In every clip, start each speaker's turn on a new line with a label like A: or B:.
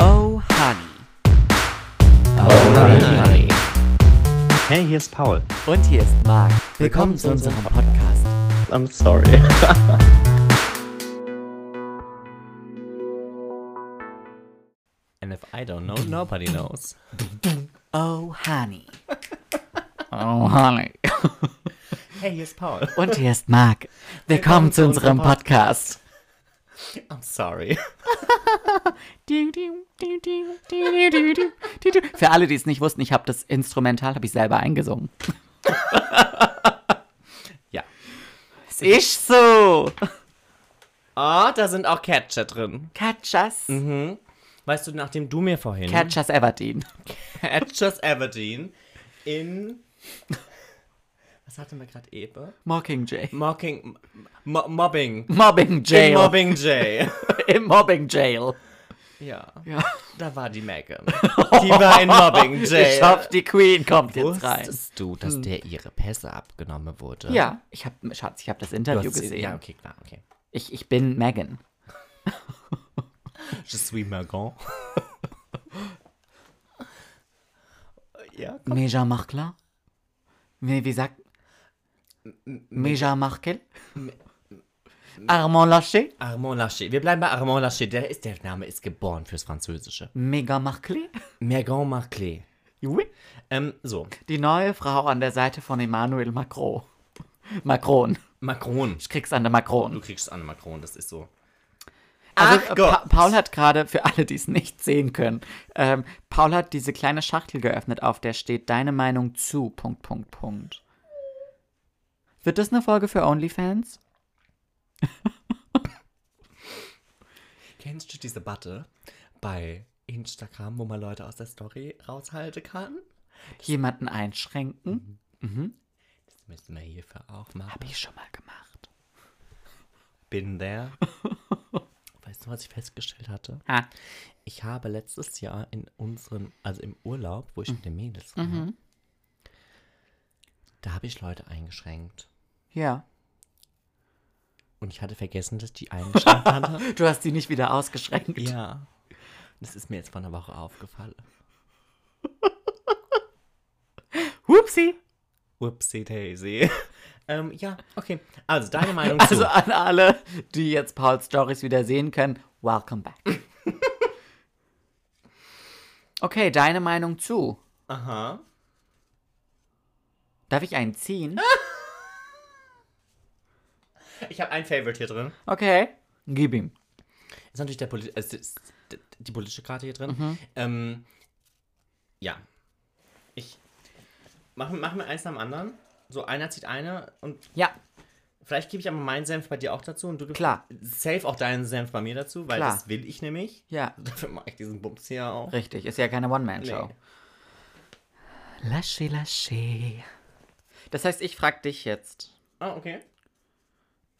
A: Oh, Honey. Oh,
B: Alright, honey.
C: Hey, hier ist Paul.
A: Und hier ist Marc. Willkommen zu unserem Podcast.
C: I'm sorry.
B: And if I don't know, nobody knows.
A: Oh, Honey.
D: Oh, honey.
B: Hey, hier ist Paul.
A: Und hier ist Marc. Willkommen zu unserem Podcast.
B: I'm sorry.
A: Für alle, die es nicht wussten, ich habe das Instrumental habe ich selber eingesungen.
B: Ja.
A: Es ist so.
B: Ah, da sind auch Catcher drin.
A: Catchers.
B: Weißt du, nachdem du mir vorhin
A: Catchers Everdeen.
B: Catchers Everdeen in Was hatte mir gerade Ebe?
A: Mockingjay.
B: Mocking Mo Mobbing.
A: Mobbing Jail.
B: In Mobbing Jay.
A: Im Mobbing Jail.
B: ja.
A: Ja.
B: Da war die Megan. Die war in Mobbing Jay.
A: Ich hoffe, die Queen kommt jetzt rein. Hm.
B: Wusstest du, dass der ihre Pässe abgenommen wurde?
A: Ja, ich habe, Schatz, ich habe das
B: Du
A: Interview
B: hast sie-
A: gesehen.
B: Ja, okay, klar, okay.
A: ich, ich bin Megan.
B: Je suis Megan. ja, komm.
A: Meja Markla? Nee, wie sagt. Meja Markel? Armand Laché?
B: Armand Laché. Wir bleiben bei Armand Laché. Der, ist, der Name ist geboren fürs Französische.
A: Mega Markley?
B: Megan Marclay.
A: Jui.
B: Ähm, so.
A: Die neue Frau an der Seite von Emmanuel Macron. Macron.
B: Macron.
A: Ich krieg's an der
B: Du
A: Macron.
B: kriegst an Macron, das ist so.
A: Also,
B: Ach
A: äh,
B: Gott.
A: Pa Paul hat gerade, für alle, die es nicht sehen können, ähm, Paul hat diese kleine Schachtel geöffnet, auf der steht Deine Meinung zu. Punkt, Punkt, Punkt. Wird das eine Folge für OnlyFans?
B: Kennst du diese Batte bei Instagram, wo man Leute aus der Story raushalten kann?
A: Jemanden
B: Mhm.
A: einschränken?
B: Das müssen wir hierfür auch machen.
A: Hab ich schon mal gemacht.
B: Bin there. Weißt du, was ich festgestellt hatte?
A: Ah.
B: Ich habe letztes Jahr in unseren, also im Urlaub, wo ich mit den Mädels war, da habe ich Leute eingeschränkt.
A: Ja.
B: Und ich hatte vergessen, dass ich die eingeschränkt hatte.
A: Du hast sie nicht wieder ausgeschränkt.
B: Ja. Das ist mir jetzt vor einer Woche aufgefallen.
A: Hupsi.
B: Whoopsie daisy. ähm, ja, okay. Also, deine Meinung zu.
A: Also an alle, die jetzt Pauls Stories wieder sehen können, welcome back. okay, deine Meinung zu.
B: Aha.
A: Darf ich einen ziehen?
B: Ah. Ich habe ein Favorite hier drin.
A: Okay. Gib ihm.
B: Ist natürlich der Poli also, ist d- die politische Karte hier drin. Ähm, ja. Ich. Machen, machen wir eins nach dem anderen. So, einer zieht eine und
A: Ja,
B: vielleicht gebe ich aber meinen Senf bei dir auch dazu und du gibst
A: Klar.
B: safe auch deinen Senf bei mir dazu, weil
A: Klar.
B: das will ich nämlich.
A: ja.
B: Dafür mache ich diesen Bums hier auch.
A: Richtig, ist ja keine One-Man-Show.
B: Nee.
A: Lasche, lasche. Das heißt, ich frag dich jetzt.
B: Ah, okay.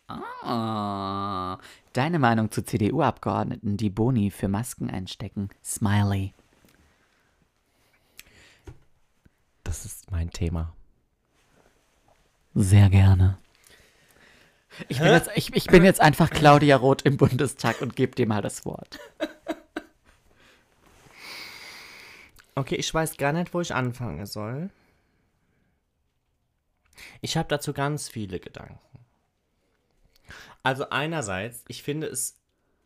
A: Ah. Deine Meinung zu CDU-Abgeordneten, die Boni für Masken einstecken? Smiley.
B: Das ist mein Thema.
A: Sehr gerne. Ich bin, jetzt, ich, ich bin jetzt einfach Claudia Roth im Bundestag und gebe dir mal das Wort.
B: Okay, ich weiß gar nicht, wo ich anfangen soll. Ich habe dazu ganz viele Gedanken. Also einerseits, ich finde es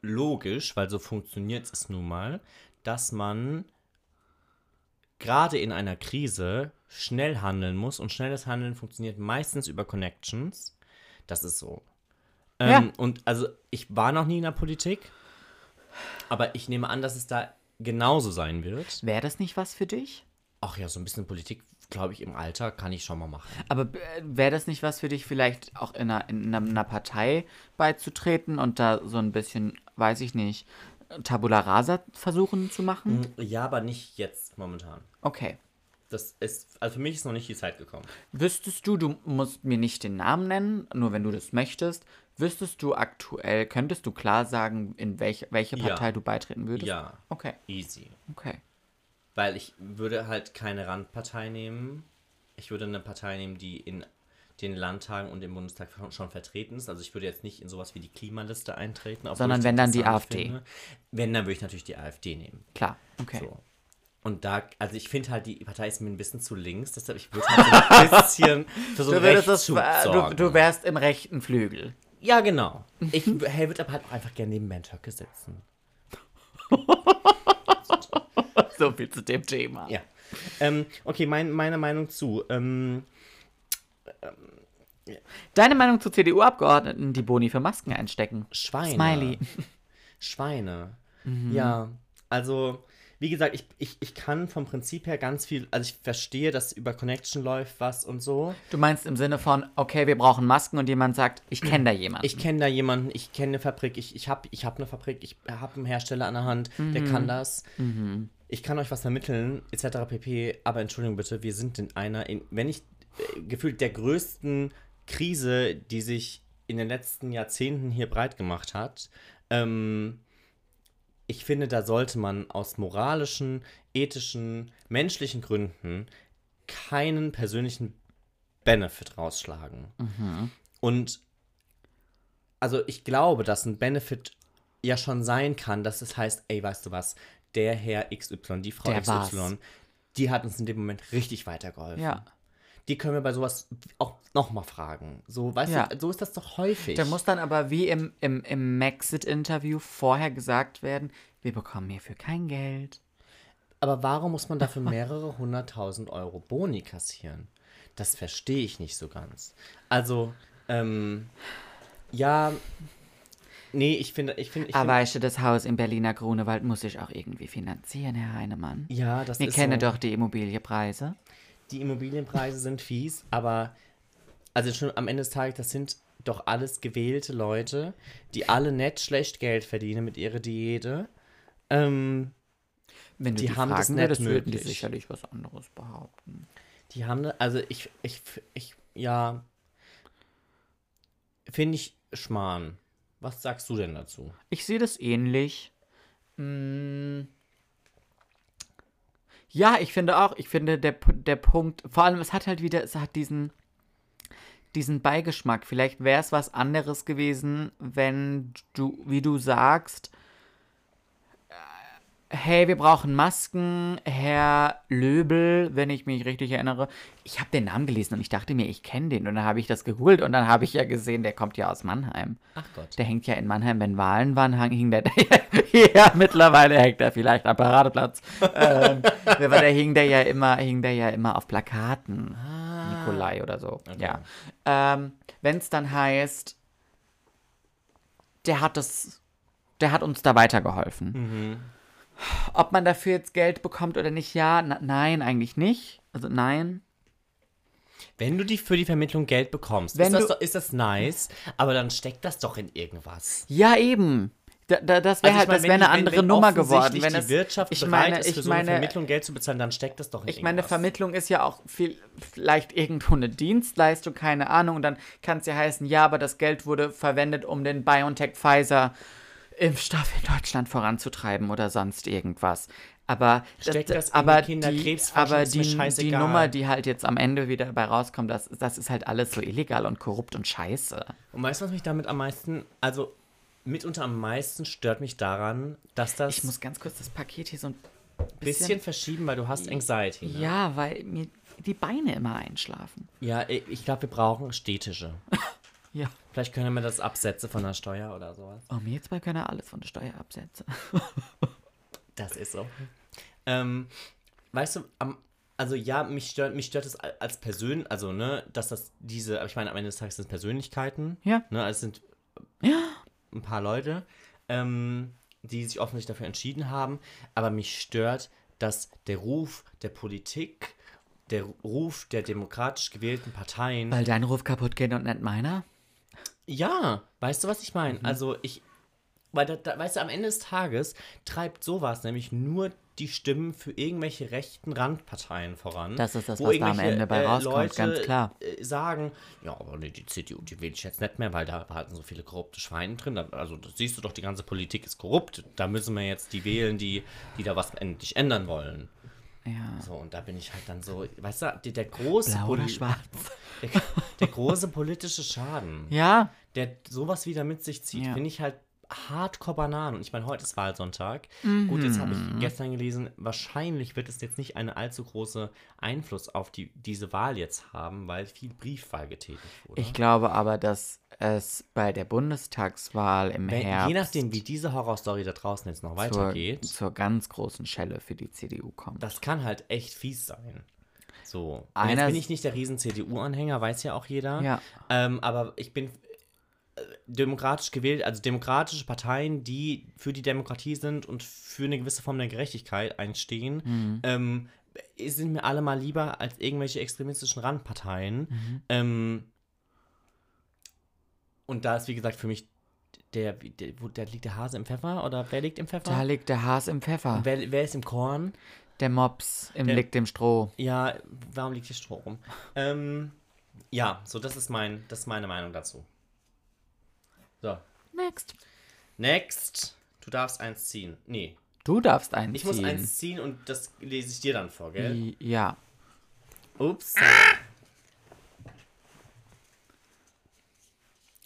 B: logisch, weil so funktioniert es nun mal, dass man gerade in einer Krise schnell handeln muss und schnelles Handeln funktioniert meistens über Connections. Das ist so. Ähm,
A: Ja.
B: Und also ich war noch nie in der Politik, aber ich nehme an, dass es da genauso sein wird.
A: Wäre das nicht was für dich?
B: Ach ja, so ein bisschen Politik, glaube ich, im Alter kann ich schon mal machen.
A: Aber wäre das nicht was für dich, vielleicht auch in einer, in einer- einer Partei beizutreten und da so ein bisschen, weiß ich nicht, Tabula Rasa versuchen zu machen?
B: Ja, aber nicht jetzt momentan.
A: Okay.
B: Das ist, also für mich ist noch nicht die Zeit gekommen.
A: Wüsstest du, du musst mir nicht den Namen nennen, nur wenn du das möchtest, wüsstest du aktuell, könntest du klar sagen, in welche, welche
B: Ja.
A: Partei du beitreten würdest?
B: Ja,
A: Okay,
B: easy.
A: okay.
B: Weil ich würde halt keine Randpartei nehmen. Ich würde eine Partei nehmen, die in den Landtagen und im Bundestag schon, schon vertreten ist. Also ich würde jetzt nicht in sowas wie die Klimaliste eintreten. obwohl
A: Sondern
B: ich
A: wenn dann die
B: interessant
A: AfD.
B: Finde. Wenn, dann würde ich natürlich die AfD nehmen.
A: Klar, okay.
B: So. Und da, also ich finde halt, die Partei ist mir ein bisschen zu links, deshalb ich würde halt so ein bisschen für so
A: Du,
B: einen
A: würdest das,
B: Rechtszug
A: äh, du,
B: sorgen.
A: du wärst im rechten Flügel.
B: ja, genau. Ich hey, würde aber halt auch einfach gerne neben Bernd Höcke sitzen.
A: So viel zu dem Thema.
B: Ja. Ähm, okay, mein, meine Meinung zu. Ähm,
A: Deine Meinung zu CDU-Abgeordneten, die Boni für Masken einstecken?
B: Schweine.
A: Smiley.
B: Schweine. Ja, also wie gesagt, ich, ich, ich kann vom Prinzip her ganz viel, also ich verstehe, dass über Connection läuft was und so.
A: Du meinst im Sinne von, okay, wir brauchen Masken und jemand sagt, ich kenne da jemanden.
B: Ich kenne da jemanden, ich kenne eine Fabrik, ich, ich habe ich hab eine Fabrik, ich habe einen Hersteller an der Hand, der kann das. Ich kann euch was vermitteln, etc. pp. Aber Entschuldigung bitte, wir sind in einer, in, wenn ich äh, gefühlt der größten Krise, die sich in den letzten Jahrzehnten hier breit gemacht hat. Ähm, ich finde, da sollte man aus moralischen, ethischen, menschlichen Gründen keinen persönlichen Benefit rausschlagen.
A: Mhm.
B: Und also ich glaube, dass ein Benefit ja schon sein kann, dass es heißt, ey, weißt du was, der Herr XY, die Frau
A: Der war's.
B: XY, die hat uns in dem Moment richtig weitergeholfen.
A: ja.
B: Die können wir bei sowas auch nochmal fragen. So, weißt
A: Ja.
B: du, so ist das doch häufig.
A: Da muss dann aber wie im, im, im Maxit-Interview vorher gesagt werden, wir bekommen hierfür kein Geld.
B: Aber warum muss man dafür mehrere hunderttausend Euro Boni kassieren? Das verstehe ich nicht so ganz. Also, ähm, ja, nee, ich finde, ich finde, ich finde,
A: Erweiche Ah, das Haus im Berliner Grunewald muss ich auch irgendwie finanzieren, Herr Heinemann.
B: ja, das
A: Wir
B: ist
A: kennen
B: so,
A: doch die Immobilienpreise.
B: die Immobilienpreise sind fies, aber also schon am Ende des Tages, das sind doch alles gewählte Leute, die alle nett schlecht Geld verdienen mit ihrer Diäte. Ähm,
A: Wenn du
B: Die
A: die,
B: haben das
A: fragen
B: nicht
A: würdest, würden die
B: möglich.
A: sicherlich was anderes behaupten.
B: Die haben, da- also ich, ich, ich, ja, finde ich Schmarrn. Was sagst du denn dazu?
A: Ich sehe das ähnlich. Mm. Ja, ich finde auch, ich finde der, P- der Punkt, vor allem es hat halt wieder, es hat diesen, diesen Beigeschmack. Vielleicht wäre es was anderes gewesen, wenn du, wie du sagst, äh, hey, wir brauchen Masken, Herr Löbel, wenn ich mich richtig erinnere. Ich habe den Namen gelesen und ich dachte mir, ich kenne den. Und dann habe ich das gegoogelt und dann habe ich ja gesehen, der kommt ja aus Mannheim.
B: Ach Gott.
A: Der hängt ja in Mannheim, wenn Wahlen waren, hang- hing der. ja, mittlerweile hängt er vielleicht am Paradeplatz. ähm, aber der hing der ja immer, hing der ja immer auf Plakaten.
B: Ah.
A: Nikolai oder so. Ja. Ähm, wenn es dann heißt, der hat das, der hat uns da weitergeholfen.
B: Mhm.
A: Ob man dafür jetzt Geld bekommt oder nicht, ja, na, nein, eigentlich nicht. Also nein.
B: Wenn du die für die Vermittlung Geld bekommst,
A: Wenn
B: ist, das
A: du-
B: doch, ist das nice, aber dann steckt das doch in irgendwas.
A: Ja, eben. Da, da, das wäre
B: Also
A: halt,
B: ich meine,
A: das
B: wenn
A: wäre eine
B: die- wenn-
A: andere
B: wenn
A: Nummer
B: offensichtlich
A: geworden. Wenn
B: die
A: es,
B: Wirtschaft
A: ich
B: bereit
A: meine,
B: ist, für
A: ich
B: so eine
A: meine,
B: Vermittlung Geld zu bezahlen, dann steckt das doch in
A: Ich meine,
B: irgendwas.
A: Vermittlung ist ja auch viel, vielleicht irgendwo eine Dienstleistung, keine Ahnung. Und dann kann es ja heißen, ja, aber das Geld wurde verwendet, um den BioNTech-Pfizer-Impfstoff in Deutschland voranzutreiben oder sonst irgendwas. Aber,
B: Steckt das in
A: aber
B: die Kinderkrebsforschung,
A: aber
B: ist mir
A: die, die
B: scheißegal.
A: Nummer, die halt jetzt am Ende wieder dabei rauskommt, das, das ist halt alles so illegal und korrupt und scheiße.
B: Und weißt du, was mich damit am meisten, also mitunter am meisten stört mich daran, dass das
A: Ich muss ganz kurz das Paket hier so ein
B: ein bisschen, verschieben, weil du hast Anxiety. Ne?
A: Ja, weil mir die Beine immer einschlafen.
B: ja ich ich glaube, wir brauchen Städtische.
A: Ja.
B: Vielleicht können wir das Absätze von der Steuer oder sowas.
A: Oh, mir zwei können alles von der Steuer absetzen.
B: Das ist so. Ähm, weißt du, am, also ja, mich stört, mich stört es al- als Person, also ne, dass das diese, aber ich meine, am Ende des Tages sind es Persönlichkeiten.
A: Ja.
B: Ne, also es sind ein paar Leute, ähm, die sich offensichtlich dafür entschieden haben. Aber mich stört, dass der Ruf der Politik, der Ruf der demokratisch gewählten Parteien
A: Weil dein Ruf kaputt geht und nicht meiner?
B: Ja, weißt du, was ich
A: Mhm.
B: meine? Also ich, weil da, da, weißt du, am Ende des Tages treibt sowas nämlich nur die Stimmen für irgendwelche rechten Randparteien voran.
A: Das ist das,
B: wo
A: was da am
B: irgendwelche,
A: Ende bei rauskommt, ganz klar.
B: äh, Sagen, ja, aber nee, die CDU, die wähle ich jetzt nicht mehr, weil da waren so viele korrupte Schweine drin. Da- Also das siehst du doch, die ganze Politik ist korrupt. Da müssen wir jetzt die wählen, die, die da was endlich ändern wollen.
A: Ja.
B: So, und da bin ich halt dann so, weißt du, der, der, große,
A: Blau oder
B: poli-
A: schwarz?
B: der, der große politische Schaden,
A: Ja.
B: der sowas wieder mit sich zieht,
A: Ja.
B: finde ich halt hardcore Bananen. Und ich meine, heute ist Wahlsonntag. Gut, jetzt habe
A: Mhm.
B: ich gestern gelesen, wahrscheinlich wird es jetzt nicht einen allzu großen Einfluss auf die, diese Wahl jetzt haben, weil viel Briefwahl getätigt wurde.
A: Ich glaube aber, dass es bei der Bundestagswahl im
B: Wenn,
A: Herbst
B: je nachdem, wie diese Horrorstory da draußen jetzt noch
A: zur,
B: weitergeht,
A: zur ganz großen Schelle für die CDU kommt.
B: das kann halt echt fies sein. So. Und
A: Einer-
B: jetzt bin ich nicht der riesen CDU-Anhänger, weiß ja auch jeder.
A: Ja.
B: Ähm, aber ich bin äh, demokratisch gewählt, also demokratische Parteien, die für die Demokratie sind und für eine gewisse Form der Gerechtigkeit einstehen,
A: Mhm.
B: ähm, sind mir alle mal lieber als irgendwelche extremistischen Randparteien.
A: Mhm.
B: Ähm, und da ist, wie gesagt, für mich der, der, wo, der liegt der Hase im Pfeffer oder wer liegt im Pfeffer?
A: da liegt der Haas im Pfeffer.
B: wer, wer ist im Korn?
A: Der Mops im
B: Der-
A: liegt im Stroh.
B: Ja, warum liegt hier Stroh rum? Ähm, ja, so das ist mein, das ist meine Meinung dazu. So.
A: Next.
B: Next. Du darfst eins ziehen. Nee.
A: Du darfst einen
B: Ich
A: ziehen.
B: muss eins ziehen und das lese ich dir dann vor, gell?
A: I- Ja.
B: Ups.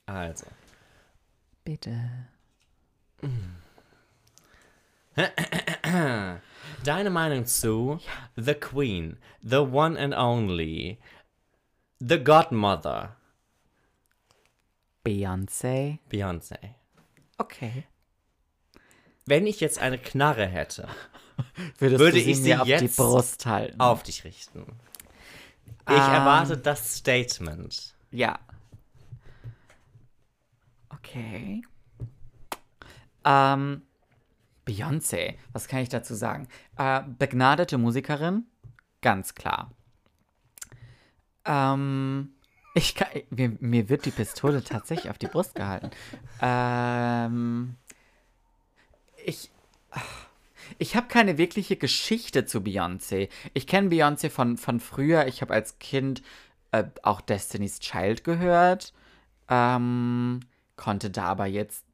B: Also.
A: Bitte.
B: Deine Meinung zu The Queen, The One and Only, The Godmother,
A: Beyoncé.
B: Beyoncé.
A: Okay.
B: Wenn ich jetzt eine Knarre hätte,
A: Würdest
B: Würde
A: du sie
B: ich sie
A: mir auf die
B: jetzt
A: Brust halten?
B: auf dich richten.
A: Ähm,
B: Ich erwarte das Statement.
A: Ja. Okay. Ähm, Beyoncé, was kann ich dazu sagen? Äh, begnadete Musikerin, ganz klar. Ähm, ich kann, mir, mir wird die Pistole tatsächlich auf die Brust gehalten. Ähm, ich ich habe keine wirkliche Geschichte zu Beyoncé. Ich kenne Beyoncé von, von früher. Ich habe als Kind äh, auch Destiny's Child gehört. Ähm, konnte da aber jetzt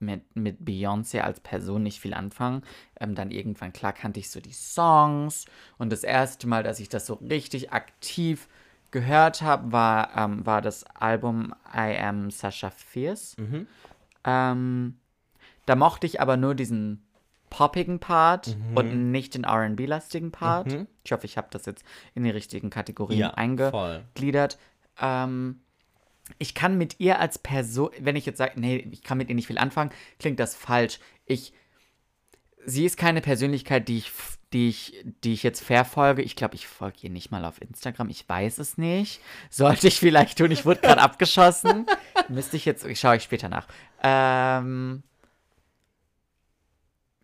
A: mit, mit Beyoncé als Person nicht viel anfangen. Ähm, dann irgendwann, klar, kannte ich so die Songs. Und das erste Mal, dass ich das so richtig aktiv gehört habe, war, ähm, war das Album I Am Sasha Fierce.
B: Mhm.
A: Ähm, da mochte ich aber nur diesen poppigen Part
B: Mhm.
A: und nicht den R&B-lastigen Part. Ich hoffe, ich habe das jetzt in die richtigen Kategorien
B: Ja,
A: einge
B: voll.
A: gliedert. Ähm, ich kann mit ihr als Person, wenn ich jetzt sage, nee, ich kann mit ihr nicht viel anfangen, klingt das falsch. Ich, sie ist keine Persönlichkeit, die ich, f- die ich, die ich jetzt verfolge. Ich glaube, ich folge ihr nicht mal auf Instagram. Ich weiß es nicht. Sollte ich vielleicht tun. Ich wurde gerade abgeschossen. Müsste ich jetzt, ich schaue ich später nach. Ähm,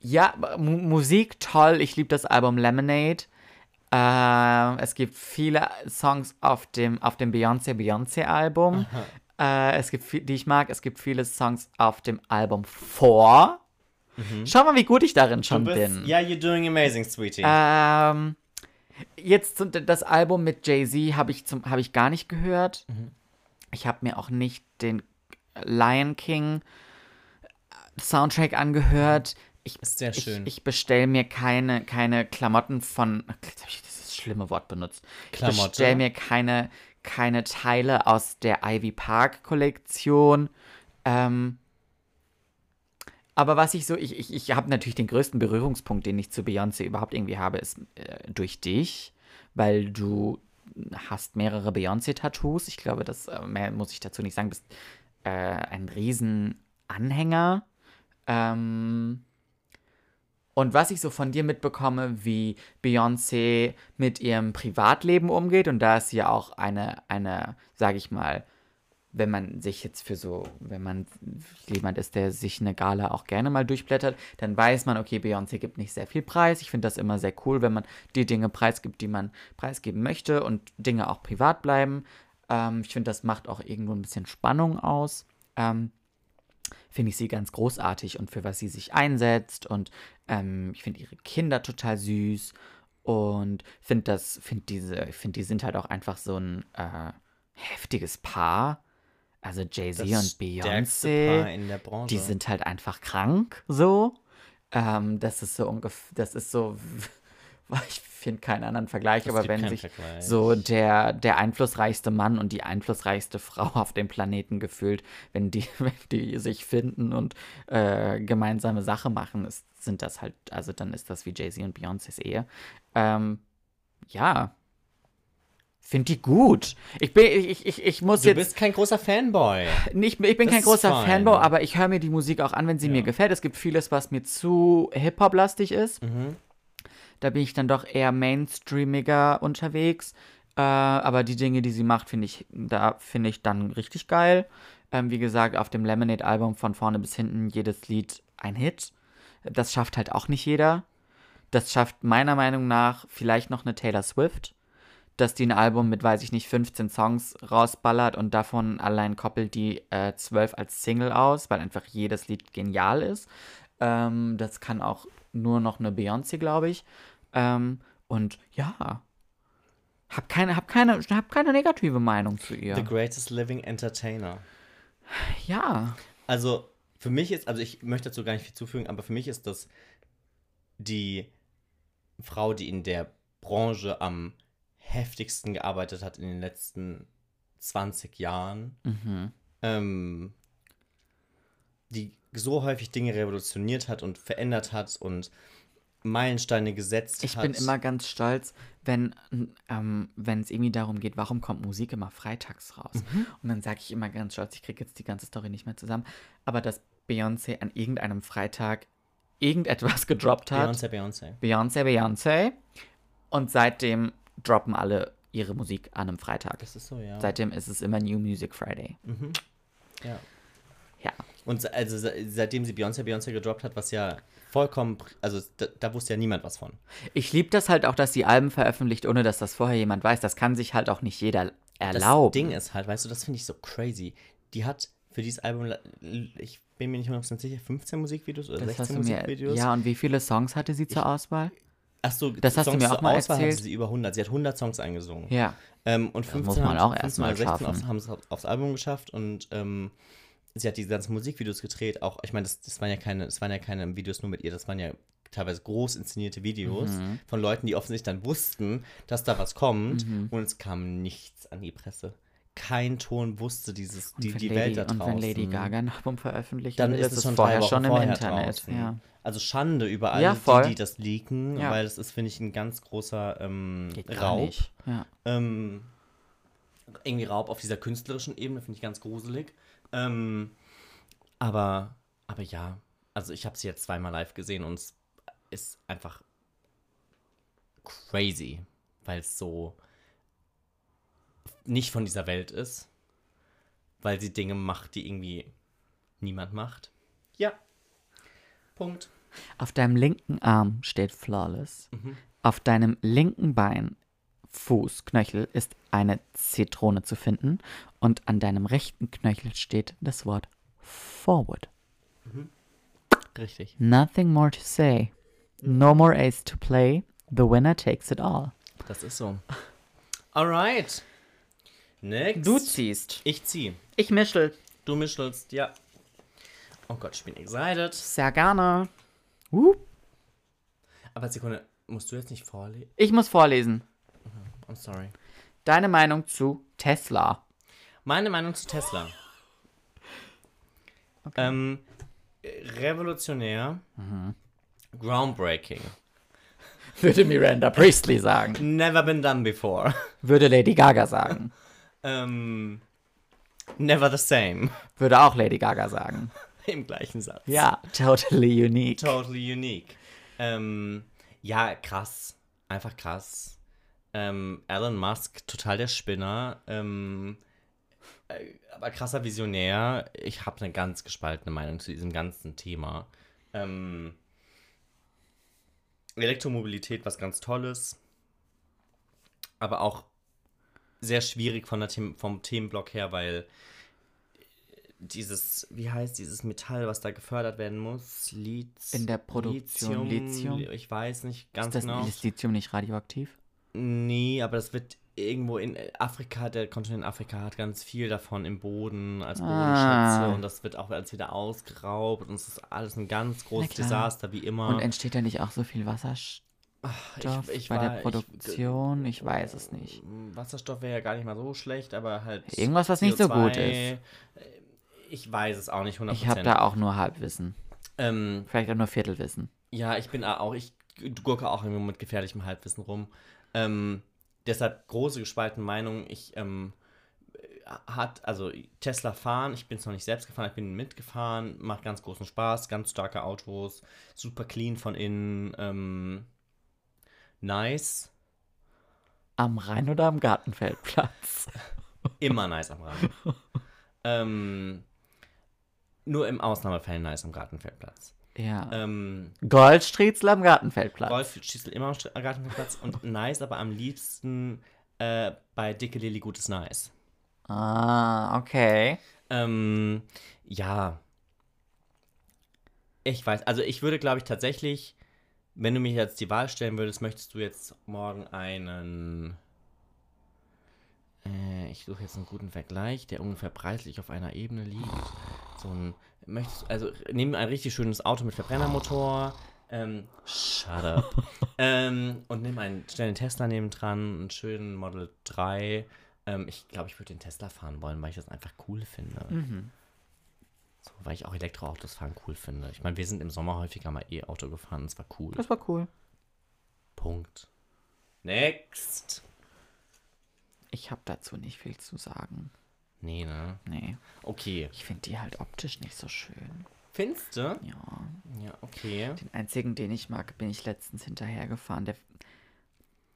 A: ja, mu Musik toll. Ich liebe das Album Lemonade. Ähm, es gibt viele Songs auf dem, auf dem Beyoncé Beyoncé Album. Äh, es gibt viel, die ich mag. Es gibt viele Songs auf dem Album vor. Schau mal, wie gut ich darin schon bin.
B: Ja, you're doing amazing, sweetie.
A: Ähm, jetzt zum- das Album mit Jay-Z habe ich, zum- hab ich gar nicht gehört.
B: Mhm.
A: Ich habe mir auch nicht den Lion King äh, Soundtrack angehört. Ich,
B: Ist sehr schön.
A: Ich, ich bestelle mir keine, keine Klamotten von. Jetzt habe ich dieses schlimme Wort benutzt. Ich
B: Klamotte?
A: bestelle mir keine, keine Teile aus der Ivy Park Kollektion. Ähm, aber was ich so, ich, ich, ich habe natürlich den größten Berührungspunkt, den ich zu Beyoncé überhaupt irgendwie habe, ist äh, durch dich, weil du hast mehrere Beyoncé-Tattoos. Ich glaube, das äh, mehr muss ich dazu nicht sagen. Bist äh, ein Riesenanhänger. Ähm, und was ich so von dir mitbekomme, wie Beyoncé mit ihrem Privatleben umgeht, und da ist sie ja auch eine, eine, sag ich mal, wenn man sich jetzt für so, wenn man jemand ist, der sich eine Gala auch gerne mal durchblättert, dann weiß man, okay, Beyoncé gibt nicht sehr viel Preis. Ich finde das immer sehr cool, wenn man die Dinge preisgibt, die man preisgeben möchte und Dinge auch privat bleiben. Ähm, ich finde, das macht auch irgendwo ein bisschen Spannung aus. Ähm, finde ich sie ganz großartig und für was sie sich einsetzt. Und ähm, ich finde ihre Kinder total süß und finde das, finde diese, ich finde die sind halt auch einfach so ein äh, heftiges Paar. Also Jay-Z und
B: stärkste Paar
A: Beyoncé,
B: in der Branche.
A: die sind halt einfach krank, so. Ähm, das ist so ungefähr, das ist so Ich finde keinen anderen Vergleich, aber
B: gibt
A: wenn
B: keinen
A: sich
B: Vergleich.
A: so der, der einflussreichste Mann und die einflussreichste Frau auf dem Planeten gefühlt, wenn die, wenn die sich finden und äh, gemeinsame Sache machen, ist, sind das halt, also dann ist das wie Jay-Z und Beyoncés Ehe. Ähm, ja. Finde die gut. Ich bin, ich, ich- ich, ich muss
B: Du
A: jetzt.
B: bist kein großer Fanboy.
A: Nicht, ich bin
B: Das
A: kein
B: ist
A: großer
B: fein. ne?
A: Fanboy, aber ich höre mir die Musik auch an, wenn sie mir gefällt. Es gibt vieles, was mir zu Hip-Hop-lastig ist.
B: Mhm.
A: Da bin ich dann doch eher mainstreamiger unterwegs. Äh, aber die Dinge, die sie macht, finde ich, da finde ich dann richtig geil. Ähm, wie gesagt, auf dem Lemonade-Album von vorne bis hinten jedes Lied ein Hit. Das schafft halt auch nicht jeder. Das schafft meiner Meinung nach vielleicht noch eine Taylor Swift dass die ein Album mit, weiß ich nicht, 15 Songs rausballert und davon allein koppelt die äh, 12 als Single aus, weil einfach jedes Lied genial ist. Ähm, das kann auch nur noch eine Beyoncé, glaube ich. Ähm, und ja, hab keine, hab keine, hab keine negative Meinung zu
B: The
A: ihr.
B: greatest living entertainer.
A: Ja,
B: Also für mich ist, also ich möchte dazu gar nicht viel zufügen, aber für mich ist das die Frau, die in der Branche am heftigsten gearbeitet hat in den letzten 20 Jahren.
A: Mhm.
B: Ähm, die so häufig Dinge revolutioniert hat und verändert hat und Meilensteine gesetzt
A: ich
B: hat.
A: bin immer ganz stolz, wenn ähm, wenn es irgendwie darum geht, warum kommt Musik immer freitags raus.
B: Mhm.
A: Und dann sage ich immer ganz stolz, ich kriege jetzt die ganze Story nicht mehr zusammen, aber dass Beyoncé an irgendeinem Freitag irgendetwas gedroppt hat.
B: Beyoncé, Beyoncé.
A: Beyoncé, Beyoncé. Und seitdem droppen alle ihre Musik an einem Freitag.
B: Das ist so, ja.
A: Seitdem ist es immer New Music Friday.
B: Mhm. ja.
A: Ja.
B: Und se- also se- seitdem sie Beyoncé Beyoncé gedroppt hat, was ja vollkommen, pr- also da, da wusste ja niemand was von.
A: Ich liebe das halt auch, dass sie Alben veröffentlicht, ohne dass das vorher jemand weiß. Das kann sich halt auch nicht jeder
B: Das
A: erlauben.
B: Ding ist halt, weißt du, das finde ich so crazy. Die hat für dieses Album, la- ich bin mir nicht 100% sicher, 15 Musikvideos oder
A: das hast
B: 16
A: du mir,
B: Musikvideos.
A: ja, und wie viele Songs hatte sie zur Auswahl?
B: Ach so,
A: das hast du mir
B: zur
A: auch mal
B: Auswahl hatte
A: erzählt.
B: sie über 100. Sie hat 100 Songs eingesungen.
A: Ja.
B: Ähm, und 15
A: muss man
B: haben-
A: auch erst
B: 15 oder
A: mal
B: 16 aufs,
A: schaffen.
B: haben es auf- aufs Album geschafft und ähm, sie hat die ganzen Musikvideos gedreht. Auch, ich meine, das, das waren ja keine, das waren ja keine Videos nur mit ihr, das waren ja teilweise groß inszenierte Videos
A: Mhm.
B: von Leuten, die offensichtlich dann wussten, dass da was kommt
A: Mhm.
B: und es kam nichts an die Presse. Kein Ton wusste dieses, die,
A: Wenn
B: die
A: Lady,
B: Welt da draußen.
A: Und wenn Lady Gaga ein Album veröffentlicht,
B: dann
A: wird,
B: ist es schon vorher, drei Wochen
A: schon im
B: vorher
A: Internet.
B: draußen.
A: Ja.
B: Also Schande über alle,
A: Ja, voll.
B: die, die das leaken,
A: Ja.
B: weil das ist, finde ich, ein ganz großer ähm,
A: Geht gar
B: Raub
A: nicht. Ja.
B: ähm, irgendwie Raub auf dieser künstlerischen Ebene, finde ich ganz gruselig. Ähm, aber, aber ja, also ich habe sie jetzt zweimal live gesehen und es ist einfach crazy, weil es so nicht von dieser Welt ist, weil sie Dinge macht, die irgendwie niemand macht. Ja. Punkt.
A: Auf deinem linken Arm steht Flawless.
B: Mhm.
A: Auf deinem linken Bein, Fuß, Knöchel ist eine Zitrone zu finden. Und an deinem rechten Knöchel steht das Wort Forward.
B: Richtig.
A: Nothing more to say. No more ace to play. The winner takes it all.
B: Das ist so. Alright. Next.
A: ziehst.
B: Ich zieh.
A: Ich mischel.
B: Du mischelst, ja. Oh Gott, ich bin excited.
A: Sehr gerne. Uh.
B: Aber Sekunde, musst du jetzt nicht vorlesen?
A: Ich muss vorlesen.
B: I'm sorry.
A: Deine Meinung zu Tesla.
B: Meine Meinung zu Tesla. Ähm, revolutionär. Groundbreaking.
A: Würde Miranda Priestley sagen.
B: Never been done before.
A: Würde Lady Gaga sagen.
B: Ähm, never the same.
A: Würde auch Lady Gaga sagen.
B: Im gleichen Satz.
A: Ja, totally unique.
B: Totally unique. Ähm, ja, krass. Einfach krass. Ähm, Elon Musk, total der Spinner. Ähm, äh, aber krasser Visionär. Ich habe eine ganz gespaltene Meinung zu diesem ganzen Thema. Ähm, Elektromobilität, was ganz Tolles. Aber auch sehr schwierig von der The vom Themenblock her, weil dieses, wie heißt dieses Metall, was da gefördert werden muss? Lithium.
A: In der Produktion
B: Lithium.
A: Lithium?
B: Ich weiß nicht ganz
A: Ist das
B: genau.
A: ist Lithium nicht radioaktiv?
B: Nee, aber das wird irgendwo in Afrika, der Kontinent Afrika hat ganz viel davon im Boden als Bodenschätze
A: Ah.
B: und das wird auch alles wieder ausgeraubt und es ist alles ein ganz großes
A: klar.
B: Desaster wie immer.
A: Und entsteht da nicht auch so viel Wasserstoff? Stoff bei der Produktion? Ich, weiß es nicht.
B: Wasserstoff wäre ja gar nicht mal so schlecht, aber halt.
A: Irgendwas, was nicht so gut
B: CO2, äh, Ich weiß es auch nicht 100%.
A: Ich habe da auch nur Halbwissen.
B: Ähm,
A: Vielleicht auch nur Viertelwissen.
B: ja, ich bin auch, ich gurke auch irgendwie mit gefährlichem Halbwissen rum. Ähm, deshalb große gespaltene Meinung. Ich ähm, hat, also Tesla fahren, ich bin es noch nicht selbst gefahren, ich bin mitgefahren, macht ganz großen Spaß, ganz starke Autos, super clean von innen, ähm, nice.
A: Am Rhein oder am Gartenfeldplatz?
B: Immer nice am Rhein. ähm, nur im Ausnahmefällen nice am Gartenfeldplatz.
A: Ja.
B: Ähm,
A: Goldstriezel am Gartenfeldplatz.
B: Golf schießt immer am St- am Gartenfeldplatz und nice, aber am liebsten äh, bei Dicke Lilly Gutes Nice.
A: Ah, okay.
B: Ähm, ja. Ich weiß, also ich würde, glaube ich, tatsächlich, wenn du mich jetzt die Wahl stellen würdest, möchtest du jetzt morgen einen. Äh, ich suche jetzt einen guten Vergleich, der ungefähr preislich auf einer Ebene liegt. So ein. Möchtest, also nimm ein richtig schönes Auto mit Verbrennermotor. Ähm, shut up. ähm, und nimm einen, stell einen Tesla neben dran, einen schönen Model 3. Ähm, ich glaube, ich würde den Tesla fahren wollen, weil ich das einfach cool finde. So, weil ich auch Elektroautos fahren cool finde. Ich meine, wir sind im Sommer häufiger mal E-Auto gefahren, es war cool.
A: Das war cool.
B: Punkt. Next.
A: Ich habe dazu nicht viel zu sagen.
B: Nee, ne?
A: Nee.
B: Okay.
A: Ich finde die halt optisch nicht so schön.
B: Findest du?
A: Ja.
B: Ja, okay.
A: Den einzigen, den ich mag, bin ich letztens hinterhergefahren. Der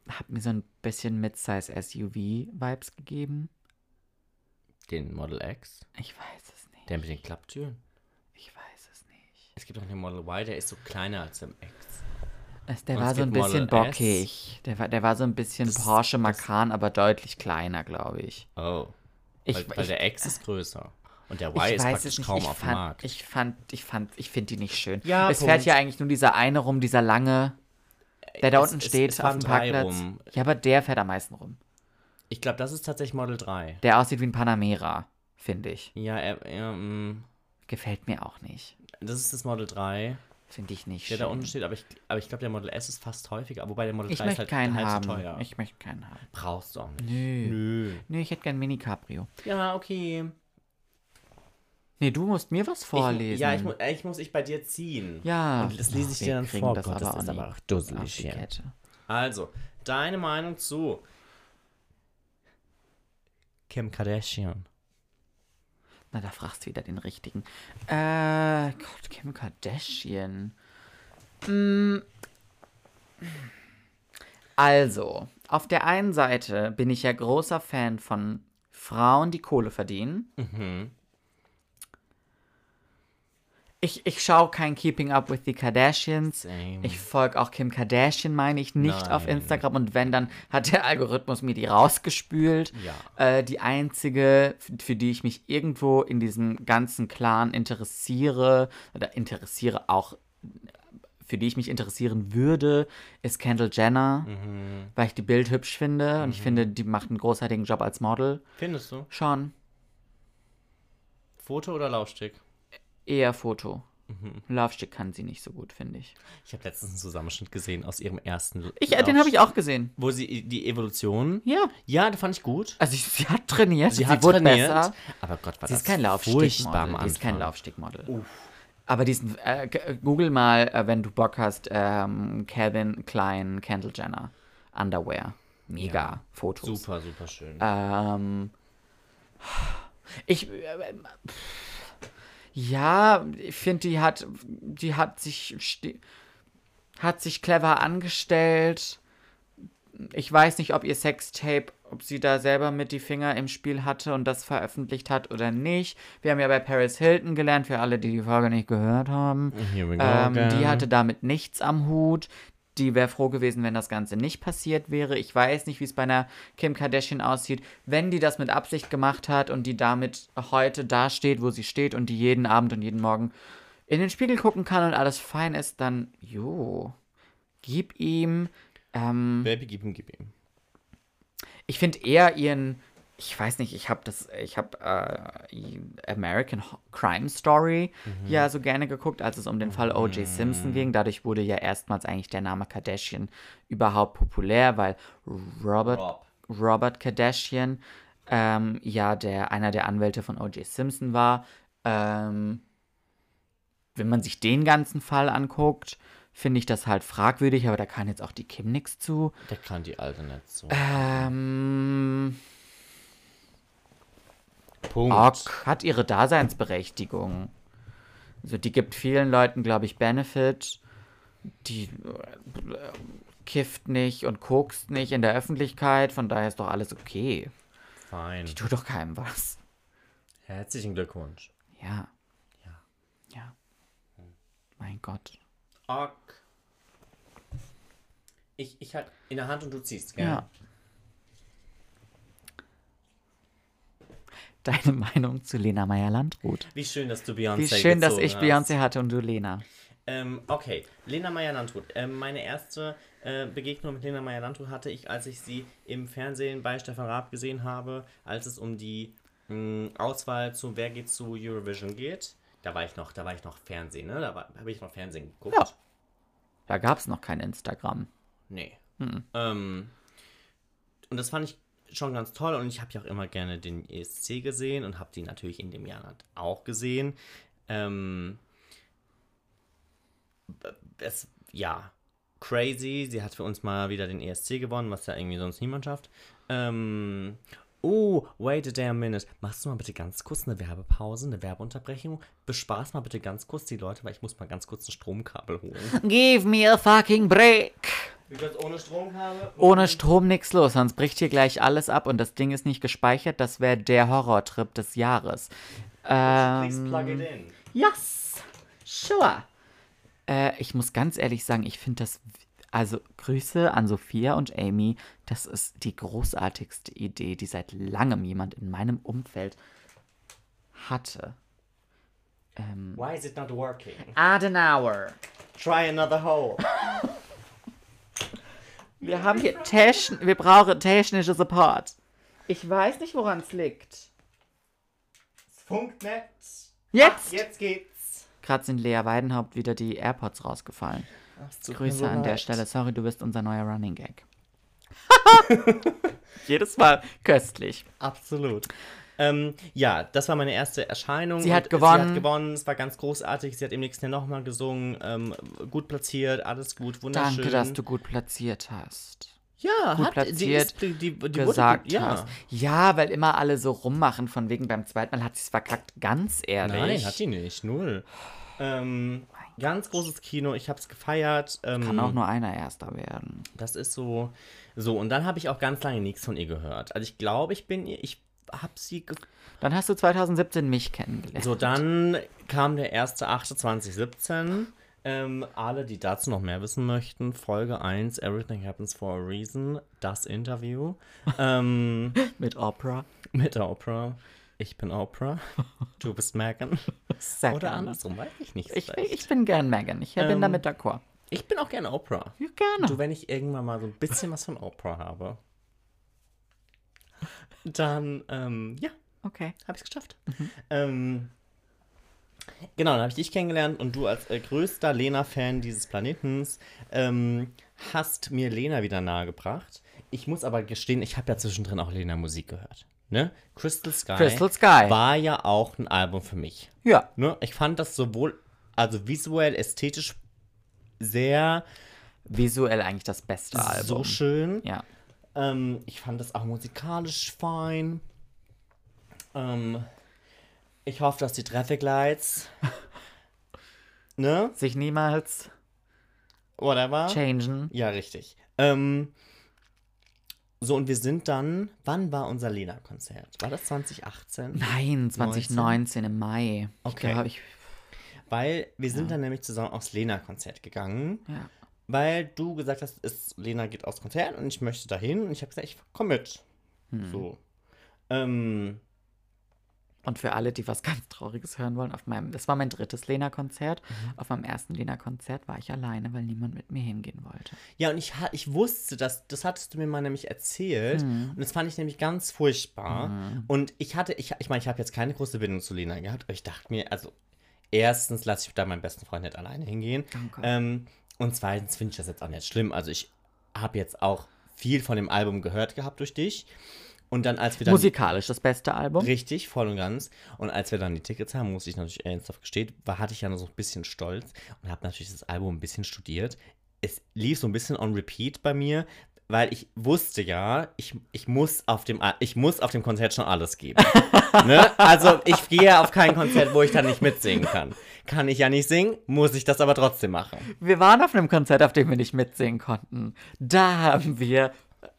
A: hat mir so ein bisschen Midsize SUV-Vibes gegeben.
B: Den Model X.
A: Ich weiß es nicht.
B: Der mit den Klapptüren.
A: Ich weiß es nicht.
B: Es gibt auch den Model Y, der ist so kleiner als der X.
A: Es, der
B: Und
A: war
B: es
A: so ein
B: gibt Model
A: bisschen
B: S.
A: bockig. Der war, der war so ein bisschen
B: Das-
A: Porsche Macan, aber deutlich kleiner, glaube ich.
B: Oh.
A: Ich,
B: weil, weil
A: ich,
B: der X ist größer. Und der Y
A: ich weiß
B: ist
A: es
B: praktisch
A: nicht.
B: kaum
A: ich,
B: auf dem
A: fand,
B: Markt.
A: ich fand, ich fand, ich finde die nicht schön.
B: Ja,
A: es
B: Punkt.
A: fährt ja eigentlich nur dieser eine rum, dieser lange, der da
B: Es-
A: unten
B: es-
A: steht
B: es
A: auf
B: fahren
A: dem
B: drei
A: Parkplatz.
B: rum.
A: Ja, aber der fährt am meisten rum.
B: Ich glaube, das ist tatsächlich Model 3.
A: Der aussieht wie ein Panamera, finde ich.
B: Ja, er, er, mm,
A: Gefällt mir auch nicht.
B: das ist das Model 3,
A: Finde ich nicht
B: der
A: schön.
B: da unten steht, aber ich, aber ich glaube, der Model S ist fast häufiger, wobei der Model
A: ich
B: 3 ist
A: möchte
B: halt
A: keinen
B: halb
A: haben.
B: so teuer.
A: Ich möchte keinen haben.
B: Brauchst du auch nicht.
A: Nö. Nö,
B: Nö.
A: ich hätte gern Mini Cabrio.
B: Ja, okay.
A: Nee, du musst mir was vorlesen.
B: Ich, ja, ich, mu äh, ich muss ich bei dir ziehen.
A: Ja.
B: Und das lese ich
A: Ach, wir
B: dir dann
A: kriegen
B: vor.
A: das
B: Gott,
A: aber
B: das
A: auch
B: ist
A: nie
B: aber auch dusselig
A: auf die
B: hier.
A: Kette.
B: Also, deine Meinung zu Kim Kardashian.
A: Na, da fragst du wieder den richtigen. Äh, Gott, Kim Kardashian. Mm. Also, auf der einen Seite bin ich ja großer Fan von Frauen, die Kohle verdienen.
B: Mhm.
A: Ich, ich schaue kein Keeping Up with the Kardashians.
B: Same.
A: Ich folge auch Kim Kardashian, meine ich, nicht auf
B: Nein.
A: Instagram. Und wenn, dann hat der Algorithmus mir die rausgespült.
B: Ja.
A: Äh, die einzige, f- für die ich mich irgendwo in diesem ganzen Clan interessiere, oder interessiere auch, für die ich mich interessieren würde, ist Kendall Jenner,
B: Mhm.
A: weil ich die Bild hübsch finde. Und ich finde, die macht einen großartigen Job als Model.
B: Findest du?
A: Schon
B: Foto oder Laufsteg?
A: eher Foto.
B: Mhm.
A: Lovestick kann sie nicht so gut, finde ich.
B: Ich habe letztens einen Zusammenschnitt gesehen aus ihrem ersten.
A: ich äh, den habe ich auch gesehen.
B: Wo sie die Evolution.
A: Ja.
B: Ja, die fand ich gut.
A: Also ich, sie hat trainiert, sie,
B: Sie hat
A: wurde
B: trainiert.
A: besser.
B: Aber Gott, war
A: Sie
B: das
A: ist kein
B: furchtbar
A: Laufstegmodel.
B: am Anfang.
A: Sie ist kein Laufstegmodel. Aber diesen, äh, g- äh, google mal, äh, wenn du Bock hast, ähm, Calvin Klein, Kendall Jenner, Underwear. Mega Fotos.
B: Super, super schön.
A: Ähm, ich, äh, pff, ja, ich finde, die hat, die hat sich, ste- hat sich clever angestellt. Ich weiß nicht, ob ihr Sextape, ob sie da selber mit die Finger im Spiel hatte und das veröffentlicht hat oder nicht. Wir haben ja bei Paris Hilton gelernt, für alle, die die Folge nicht gehört haben.
B: Here we go
A: Ähm, die
B: again.
A: hatte damit nichts am Hut. Die wäre froh gewesen, wenn das Ganze nicht passiert wäre. Ich weiß nicht, wie es bei einer Kim Kardashian aussieht. Wenn die das mit Absicht gemacht hat und die damit heute da steht, wo sie steht und die jeden Abend und jeden Morgen in den Spiegel gucken kann und alles fein ist, dann jo, gib ihm. Ähm,
B: Baby, gib ihm, gib ihm.
A: ich finde eher ihren ich weiß nicht, ich habe das, ich habe äh, American Ho- Crime Story ja so gerne geguckt, als es um den Fall O.J. Simpson ging. Dadurch wurde ja erstmals eigentlich der Name Kardashian überhaupt populär, weil Robert,
B: Rob.
A: Robert Kardashian ähm, ja der einer der Anwälte von O.J. Simpson war. Ähm, wenn man sich den ganzen Fall anguckt, finde ich das halt fragwürdig, aber da kann jetzt auch die Kim nichts zu.
B: Der kann die alte nicht so.
A: Äh, Ähm,
B: Punkt.
A: Ock hat ihre Daseinsberechtigung. Also die gibt vielen Leuten, glaube ich, Benefit. Die äh, kifft nicht und kokst nicht in der Öffentlichkeit, von daher ist doch alles okay.
B: Fein.
A: Die tut doch keinem was.
B: Herzlichen Glückwunsch.
A: Ja. Ja. Ja. Mein Gott.
B: Ock. Ich, ich halt in der Hand und du ziehst,
A: Ja.
B: gell?
A: Deine Meinung zu Lena Meyer-Landrut.
B: Wie schön, dass du Beyoncé
A: Wie schön, dass ich
B: gezogen hast.
A: Beyoncé hatte und du Lena.
B: Ähm, okay, Lena Meyer-Landrut. Ähm, meine erste äh, Begegnung mit Lena Meyer-Landrut hatte ich, als ich sie im Fernsehen bei Stefan Raab gesehen habe, als es um die mh, Auswahl zu Wer geht zu Eurovision geht. Da war ich noch, da war ich noch Fernsehen, ne? Da habe ich noch Fernsehen geguckt.
A: Ja. Da gab es noch kein Instagram.
B: Nee. Ähm, und das fand ich schon ganz toll und ich habe ja auch immer gerne den ESC gesehen und habe die natürlich in dem Jahr dann auch gesehen. Ähm, es, ja, crazy. Sie hat für uns mal wieder den ESC gewonnen, was ja irgendwie sonst niemand schafft. Ähm, oh, wait a damn minute. Machst du mal bitte ganz kurz eine Werbepause, eine Werbeunterbrechung? Bespaß mal bitte ganz kurz die Leute, weil ich muss mal ganz kurz ein Stromkabel holen.
A: Give me a fucking break.
B: Wie wird's ohne Stromkabel?
A: Ohne Strom nix los, sonst bricht hier gleich alles ab und das Ding ist nicht gespeichert. Das wäre der Horrortrip des Jahres.
B: Please plug it in.
A: Yes, sure. Äh, ich muss ganz ehrlich sagen, ich finde das, also Grüße an Sophia und Amy, das ist die großartigste Idee, die seit langem jemand in meinem Umfeld hatte.
B: Why is it not working?
A: Adenauer.
B: Try another hole.
A: Wir haben hier techn wir brauchen technische Support. Ich weiß nicht, woran es liegt.
B: Es funkt nicht.
A: Jetzt!
B: Jetzt geht's.
A: Gerade sind Lea Weidenhaupt wieder die AirPods rausgefallen. Grüße
B: Also
A: an der Stelle. Sorry, du bist unser neuer Running Gag. Jedes Mal köstlich.
B: Absolut. Ähm, ja, das war meine erste Erscheinung.
A: Sie hat
B: und Sie
A: gewonnen.
B: hat gewonnen. Es war ganz großartig. Sie hat im nächsten Jahr nochmal gesungen. Ähm, gut platziert, alles gut, wunderschön.
A: Danke, dass du gut platziert hast.
B: ja,
A: gut
B: hat, sie
A: platziert
B: ist, die, die, die wurde-
A: gesagt
B: ja.
A: hast. Ja, weil immer alle so rummachen, von wegen beim zweiten Mal hat sie es verkackt. Ganz ehrlich.
B: Nein, hat die nicht. Null.
A: Oh
B: Ähm, ganz großes Kino. Ich hab's gefeiert. Ähm,
A: Kann auch nur einer Erster werden.
B: Das ist so. So, und dann habe ich auch ganz lange nichts von ihr gehört. Also ich glaube, ich bin ihr. Ich habe sie. ge-
A: Dann hast du 2017 mich kennengelernt.
B: So, dann kam der 1.8.2017. Ähm, alle, die dazu noch mehr wissen möchten, Folge 1, Everything Happens for a Reason, das Interview ähm,
A: Mit Oprah.
B: mit der Oprah. Ich bin Oprah, du bist Megan.
A: Second.
B: Oder andersrum, weiß ich nicht. so
A: Ich,
B: recht.
A: ich bin gern Megan. Ich bin damit d'accord.
B: ich bin auch gerne Oprah.
A: Ja, gerne.
B: Du, wenn ich irgendwann mal so ein bisschen was von Oprah habe, dann, ähm, ja,
A: okay.
B: habe ich es geschafft.
A: Mhm.
B: Ähm, genau, dann habe ich dich kennengelernt und du als äh, größter Lena-Fan dieses Planetens ähm, hast mir Lena wieder nahegebracht. Ich muss aber gestehen, ich habe ja zwischendrin auch Lena-Musik gehört. Ne? Crystal Sky,
A: Crystal Sky.
B: war ja auch ein Album für mich.
A: Ja.
B: Ne? Ich fand das sowohl, also visuell, ästhetisch sehr
A: Visuell eigentlich das beste
B: so
A: Album.
B: schön.
A: ja.
B: Ähm, ich fand das auch musikalisch fein. Ähm, ich hoffe, dass die Traffic Lights. ne?
A: Sich niemals
B: Whatever.
A: changen.
B: Ja, richtig. Ähm, so, und wir sind dann. Wann war unser Lena-Konzert? War das 2018?
A: Nein, 2019 im Mai. Ich
B: Okay.
A: glaube, ich.
B: Weil wir sind dann nämlich zusammen aufs Lena-Konzert gegangen.
A: Ja.
B: Weil du gesagt hast, es, Lena geht aufs Konzert und ich möchte
A: Hm. Mhm.
B: dahin. Und ich habe gesagt, ich komm mit. So. Ähm,
A: Und für alle, die was ganz Trauriges hören wollen, auf meinem, das war mein drittes Lena-Konzert.
B: Mhm.
A: Auf meinem ersten Lena-Konzert war ich alleine, weil niemand mit mir hingehen wollte.
B: Ja, und ich, ha- ich wusste, dass, das hattest du mir mal nämlich erzählt. Und das fand ich nämlich ganz furchtbar. Und ich hatte, ich, ich meine, ich habe jetzt keine große Bindung zu Lena gehabt, aber ich dachte mir, also, erstens lasse ich da meinen besten Freund nicht alleine hingehen.
A: Danke.
B: Ähm, und zweitens finde ich das jetzt auch nicht schlimm. Also, ich habe jetzt auch viel von dem Album gehört gehabt durch dich. Und dann, als wir dann.
A: Musikalisch das beste Album.
B: Richtig, voll und ganz. Und als wir dann die Tickets haben, muss ich natürlich ernsthaft gestehen, war, hatte ich ja noch so ein bisschen stolz und habe natürlich das Album ein bisschen studiert. Es lief so ein bisschen on repeat bei mir, weil ich wusste ja, ich, ich, muss, auf dem, Al- ich muss auf dem Konzert schon alles geben. ne? Also ich gehe auf kein Konzert, wo ich dann nicht mitsingen kann. Kann ich ja nicht singen, muss ich das aber trotzdem machen.
A: Wir waren auf einem Konzert, auf dem wir nicht mitsingen konnten. Da haben wir,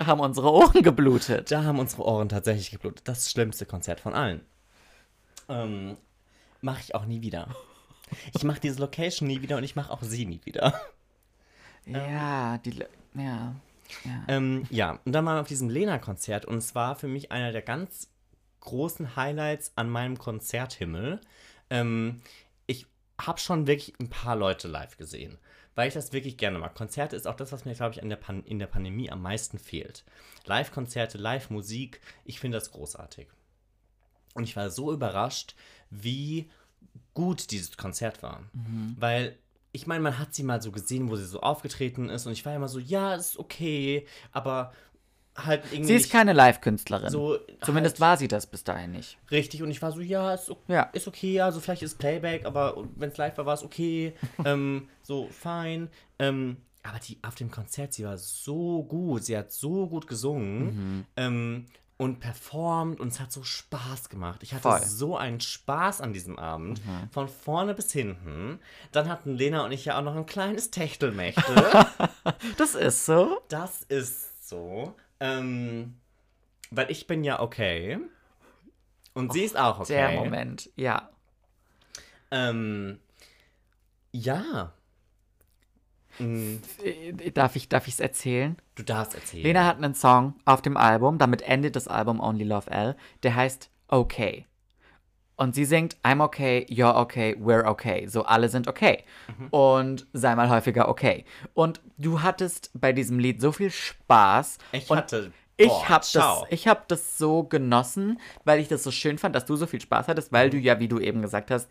A: haben unsere Ohren geblutet.
B: Da haben unsere Ohren tatsächlich geblutet. Das schlimmste Konzert von allen. Ähm, mache ich auch nie wieder. Ich mache diese Location nie wieder und ich mache auch sie nie wieder.
A: Ja, die, Le- ja.
B: Ähm, ja, und dann waren wir auf diesem Lena-Konzert und es war für mich einer der ganz großen Highlights an meinem Konzerthimmel. Ähm, ich habe schon wirklich ein paar Leute live gesehen, weil ich das wirklich gerne mag. Konzerte ist auch das, was mir, glaube ich, an der Pan in der Pandemie am meisten fehlt. Live-Konzerte, Live-Musik, ich finde das großartig. Und ich war so überrascht, wie gut dieses Konzert war.
A: Mhm.
B: Weil, ich meine, man hat sie mal so gesehen, wo sie so aufgetreten ist. Und ich war immer so, ja, ist okay, aber halt irgendwie.
A: Sie ist
B: nicht
A: keine Live-Künstlerin.
B: so
A: Zumindest
B: halt
A: war sie das bis dahin nicht.
B: Richtig, und ich war so, ja, ist, o-
A: Ja.
B: ist okay, also vielleicht ist Playback, aber wenn es live war, war es okay, ähm, so fein. Ähm, aber die auf dem Konzert, sie war so gut, sie hat so gut
A: Mhm.
B: gesungen ähm, und performt und es hat so Spaß gemacht. Ich hatte
A: Voll. Mhm.
B: so einen Spaß an diesem Abend, von vorne bis hinten. Dann hatten Lena und ich ja auch noch ein kleines Techtelmächtel.
A: Das ist so.
B: Das ist so. Ähm, weil ich bin ja okay. Und sie ist auch okay.
A: Der Moment, ja.
B: Ähm, ja. Mm,
A: Äh, Darf ich es erzählen?
B: Du darfst erzählen.
A: Lena hat einen Song auf dem Album, damit endet das Album Only Love L, der heißt Okay. Und sie singt I'm okay, you're okay, we're okay. So alle sind okay.
B: Mhm.
A: Und sei mal häufiger okay. Und du hattest bei diesem Lied so viel Spaß.
B: ich
A: und
B: hatte. Oh,
A: Ich
B: boah,
A: habe das,
B: ciao.
A: ich hab das so genossen, weil ich das so schön fand, dass du so viel Spaß hattest,
B: Mhm.
A: weil du ja, wie du eben gesagt hast,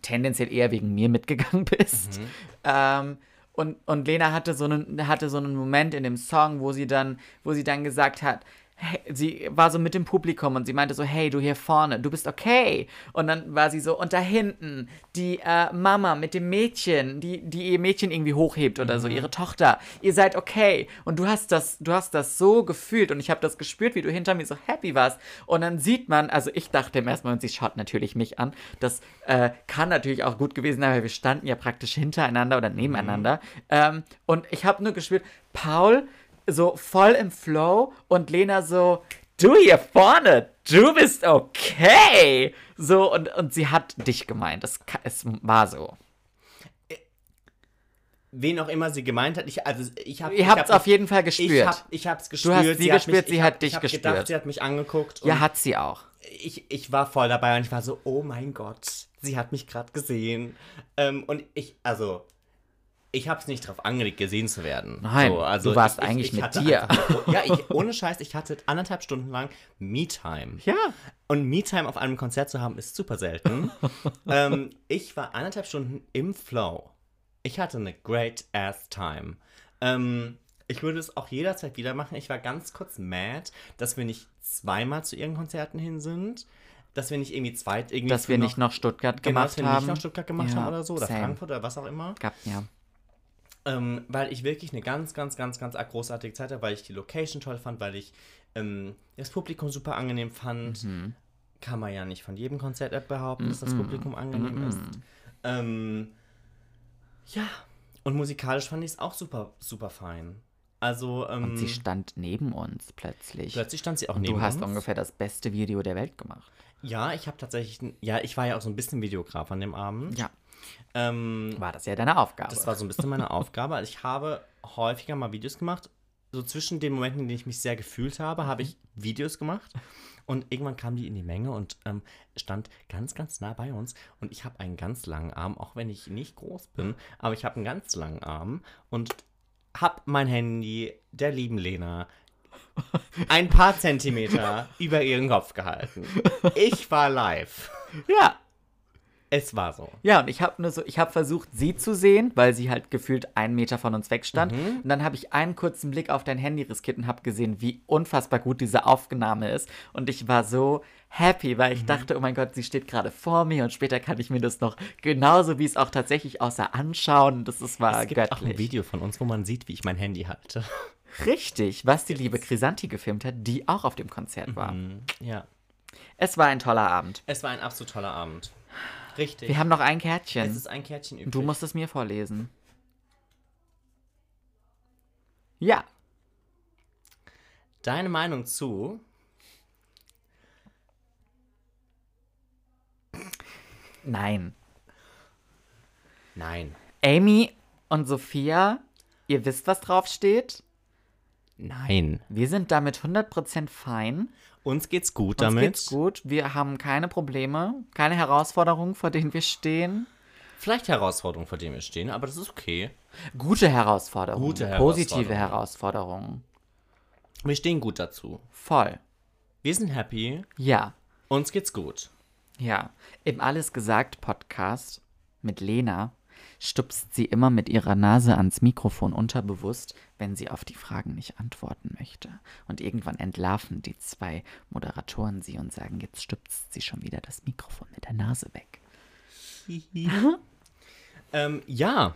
A: tendenziell eher wegen mir mitgegangen
B: Mhm.
A: bist. Ähm, und, und Lena hatte so, einen, hatte so einen Moment in dem Song, wo sie dann, wo sie dann gesagt hat, hey, sie war so mit dem Publikum und sie meinte so, hey, du hier vorne, du bist okay. Und dann war sie so, und da hinten, die äh, Mama mit dem Mädchen, die, die ihr Mädchen irgendwie hochhebt oder so, ihre Tochter, ihr seid okay. Und du hast das, du hast das so gefühlt und ich habe das gespürt, wie du hinter mir so happy warst. Und dann sieht man, also ich dachte im ersten Moment, sie schaut natürlich mich an. Das äh, kann natürlich auch gut gewesen sein, weil wir standen ja praktisch hintereinander oder nebeneinander.
B: Mhm.
A: Ähm, und ich habe nur gespürt, Paul so voll im Flow und Lena so, du hier vorne, du bist okay. So, und, und sie hat dich gemeint. Es, ka- es war so.
B: Wen auch immer sie gemeint hat, ich, also ich habe.
A: Ihr habt es auf jeden Fall
B: Ich
A: gespürt.
B: habe ich hab's gespürt.
A: hast sie
B: hat
A: gespürt,
B: mich,
A: sie
B: ich
A: hat
B: hab,
A: dich
B: ich hab Gedacht,
A: gespürt.
B: sie hat mich angeguckt.
A: ja,
B: und
A: hat sie auch.
B: ich, ich war voll dabei und ich war so, oh mein Gott, sie hat mich gerade gesehen. Ähm, und ich, also, ich habe es nicht drauf angelegt, gesehen zu werden.
A: Nein,
B: so, also
A: du warst
B: ich, ich,
A: eigentlich
B: ich
A: mit
B: hatte
A: dir.
B: einfach- ja, ich, ohne Scheiß, ich hatte anderthalb Stunden lang Me-Time.
A: Ja.
B: Und Me-Time auf einem Konzert zu haben, ist super selten. ähm, ich war anderthalb Stunden im Flow. Ich hatte eine great ass time. Ähm, ich würde es auch jederzeit wieder machen. Ich war ganz kurz mad, dass wir nicht zweimal zu ihren Konzerten hin sind. Dass wir nicht irgendwie zweit irgendwie.
A: Dass
B: zu
A: wir nicht nach Stuttgart
B: genau,
A: gemacht
B: dass wir
A: haben.
B: nicht nach Stuttgart gemacht
A: Ja,
B: haben oder so. Oder
A: same.
B: Frankfurt oder was auch immer.
A: Gab, ja.
B: Ähm, weil ich wirklich eine ganz, ganz, ganz, ganz großartige Zeit hatte, weil ich die Location toll fand, weil ich ähm, das Publikum super angenehm fand.
A: Mhm.
B: Kann man ja nicht von jedem Konzert behaupten, dass das Publikum angenehm
A: Mhm.
B: ist. Ähm, ja, und musikalisch fand ich es auch super, super fein. Also, ähm,
A: Und sie stand neben uns plötzlich.
B: plötzlich stand sie auch
A: Und
B: neben
A: du hast
B: uns.
A: ungefähr das beste Video der Welt gemacht.
B: Ja, ich habe tatsächlich, n- ja, ich war ja auch so ein bisschen Videograf an dem Abend.
A: Ja.
B: Ähm,
A: War das ja deine Aufgabe.
B: Das war so ein bisschen meine Aufgabe. Also ich habe häufiger mal Videos gemacht, so zwischen den Momenten, in denen ich mich sehr gefühlt habe, habe ich Videos gemacht. Und irgendwann kam die in die Menge und ähm, stand ganz, ganz nah bei uns. Und ich habe einen ganz langen Arm, auch wenn ich nicht groß bin, aber ich habe einen ganz langen Arm und habe mein Handy der lieben Lena ein paar Zentimeter über ihren Kopf gehalten. Ich war live.
A: Ja.
B: Es war so.
A: Ja, und ich habe nur so, ich habe versucht, sie zu sehen, weil sie halt gefühlt einen Meter von uns wegstand.
B: Mhm.
A: Und dann habe ich einen kurzen Blick auf dein Handy riskiert und habe gesehen, wie unfassbar gut diese Aufnahme ist. Und ich war so happy, weil
B: Mhm.
A: ich dachte, oh mein Gott, sie steht gerade vor mir und später kann ich mir das noch genauso, wie es auch tatsächlich aussah, anschauen. Das ist, war
B: Es gibt auch ein
A: Ah, göttlich.
B: Video von uns, wo man sieht, wie ich mein Handy halte.
A: Richtig, was die liebe Crisanti gefilmt hat, die auch auf dem
B: Mhm.
A: Konzert war.
B: Ja.
A: Es war ein toller Abend.
B: Es war ein absolut toller Abend. Richtig.
A: Wir haben noch ein
B: es
A: Kärtchen.
B: ist ein Kärtchen übrig.
A: Du musst es mir vorlesen. Ja,
B: Deine Meinung zu.
A: nein.
B: Nein.
A: Amy und Sophia, ihr wisst, was draufsteht.
B: Nein.
A: Wir sind damit 100% fein.
B: Uns geht's gut
A: Uns
B: damit.
A: geht's gut. Wir haben keine Probleme, keine Herausforderungen, vor denen wir stehen.
B: Vielleicht Herausforderungen, vor denen wir stehen, aber das ist okay.
A: Gute Herausforderungen.
B: Gute
A: Positive
B: Herausforderungen.
A: Herausforderungen.
B: Wir stehen gut dazu.
A: Voll.
B: Wir sind happy.
A: Ja.
B: Uns geht's gut.
A: Ja, im Alles gesagt Podcast mit Lena stupst sie immer mit ihrer Nase ans Mikrofon unterbewusst, wenn sie auf die Fragen nicht antworten möchte. Und irgendwann entlarven die zwei Moderatoren sie und sagen, jetzt stupst sie schon wieder das Mikrofon mit der Nase weg.
B: Ähm, ja.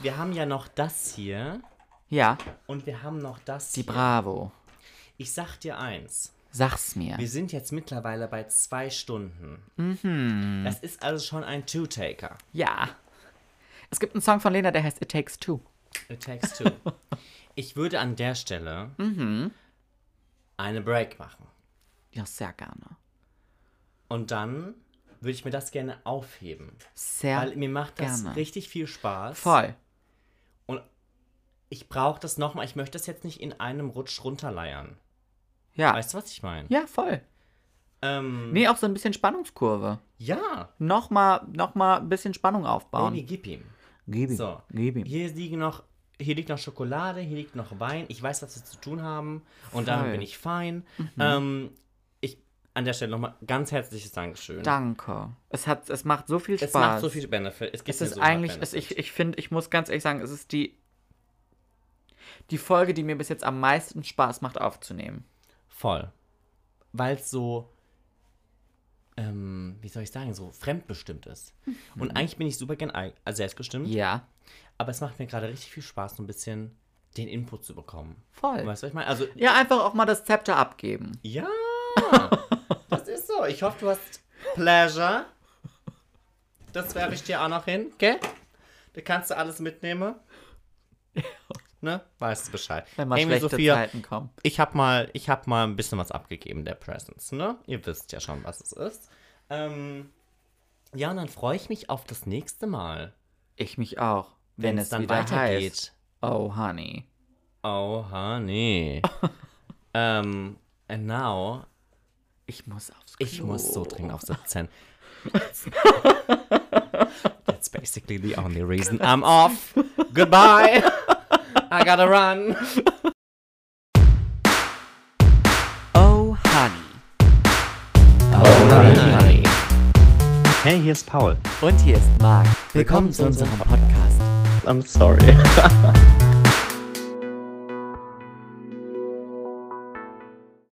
B: Wir haben ja noch das hier
A: Ja,
B: und wir haben noch das
A: die
B: hier.
A: Bravo.
B: Ich sag dir eins.
A: Sag's mir.
B: Wir sind jetzt mittlerweile bei zwei Stunden.
A: Mhm.
B: Das ist also schon ein Two-Taker.
A: Ja. Es gibt einen Song von Lena, der heißt It Takes Two.
B: It takes two. ich würde an der Stelle
A: Mhm.
B: eine Break machen.
A: Ja, sehr gerne.
B: Und dann würde ich mir das gerne aufheben.
A: Sehr
B: weil mir macht das
A: gerne.
B: richtig viel Spaß.
A: voll.
B: Und ich brauche das nochmal. Ich möchte das jetzt nicht in einem Rutsch runterleiern.
A: Ja.
B: Weißt du, was ich meine?
A: ja, voll.
B: Ähm,
A: Nee, auch so ein bisschen Spannungskurve.
B: ja.
A: nochmal noch mal ein bisschen Spannung aufbauen.
B: Baby, gib ihm.
A: gib ihm.
B: So.
A: Gib ihm.
B: Hier liegen noch. Hier liegt noch Schokolade, hier liegt noch Wein. Ich weiß, was wir zu tun haben. Und damit
A: Voll. Mhm.
B: bin ich fein. Ähm, ich, an der Stelle nochmal ganz herzliches Dankeschön.
A: Danke. Es, hat, es macht so viel Spaß.
B: Es macht so viel Benefit. Es, gibt
A: Es
B: mir
A: ist
B: so
A: eigentlich,
B: hart
A: es, ich,
B: Benefit.
A: ich finde, ich muss ganz ehrlich sagen, es ist die, die Folge, die mir bis jetzt am meisten Spaß macht, aufzunehmen.
B: Voll. Weil es so, ähm, wie soll ich sagen, so fremdbestimmt ist. Und eigentlich bin ich super gern eig- also selbstbestimmt,
A: Mhm. Ja,
B: aber es macht mir gerade richtig viel Spaß, so ein bisschen den Input zu bekommen.
A: voll.
B: Weißt du, was ich meine? Also,
A: Ja, einfach auch mal das Zepter abgeben.
B: ja, das ist so. Ich hoffe, du hast Pleasure. Das werfe ich dir auch noch hin, okay? Da kannst du alles mitnehmen. Ne? Weißt du Bescheid.
A: Wenn mal schlechte Zeiten kommen.
B: ich habe mal, ich habe mal ein bisschen was abgegeben der Presents, ne? Ihr wisst ja schon, was es ist. Ähm, ja, und dann freue ich mich auf das nächste Mal,
A: Ich mich auch. Wenn,
B: wenn's
A: es dann wieder weitergeht. Heißt, oh, honey.
B: Oh, honey. ähm, and now,
A: Ich muss aufs Klo.
B: ich muss so dringend auf 17. That's basically the only reason I'm off. Goodbye. I gotta run.
A: Oh, honey.
C: Hey, here's Paul.
A: Und hier ist Marc. Willkommen zu unserem Podcast.
C: I'm sorry.